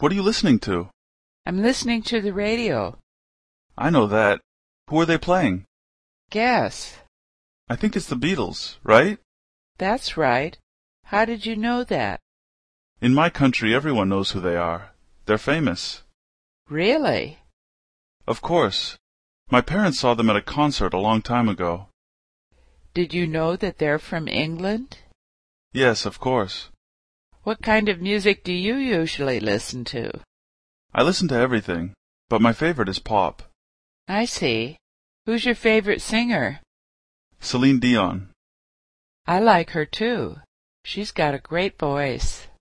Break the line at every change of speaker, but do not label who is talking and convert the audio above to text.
What are you listening to?
I'm listening to the radio.
I know that. Who are they playing?
Guess.
I think it's the Beatles, right?
That's right. How did you know that?
In my country, everyone knows who they are. They're famous.
Really?
Of course. My parents saw them at a concert a long time ago.
Did you know that they're from England?
Yes, of course.
What kind of music do you usually listen to?
I listen to everything, but my favorite is pop.
I see. Who's your favorite singer?
Celine Dion.
I like her too. She's got a great voice.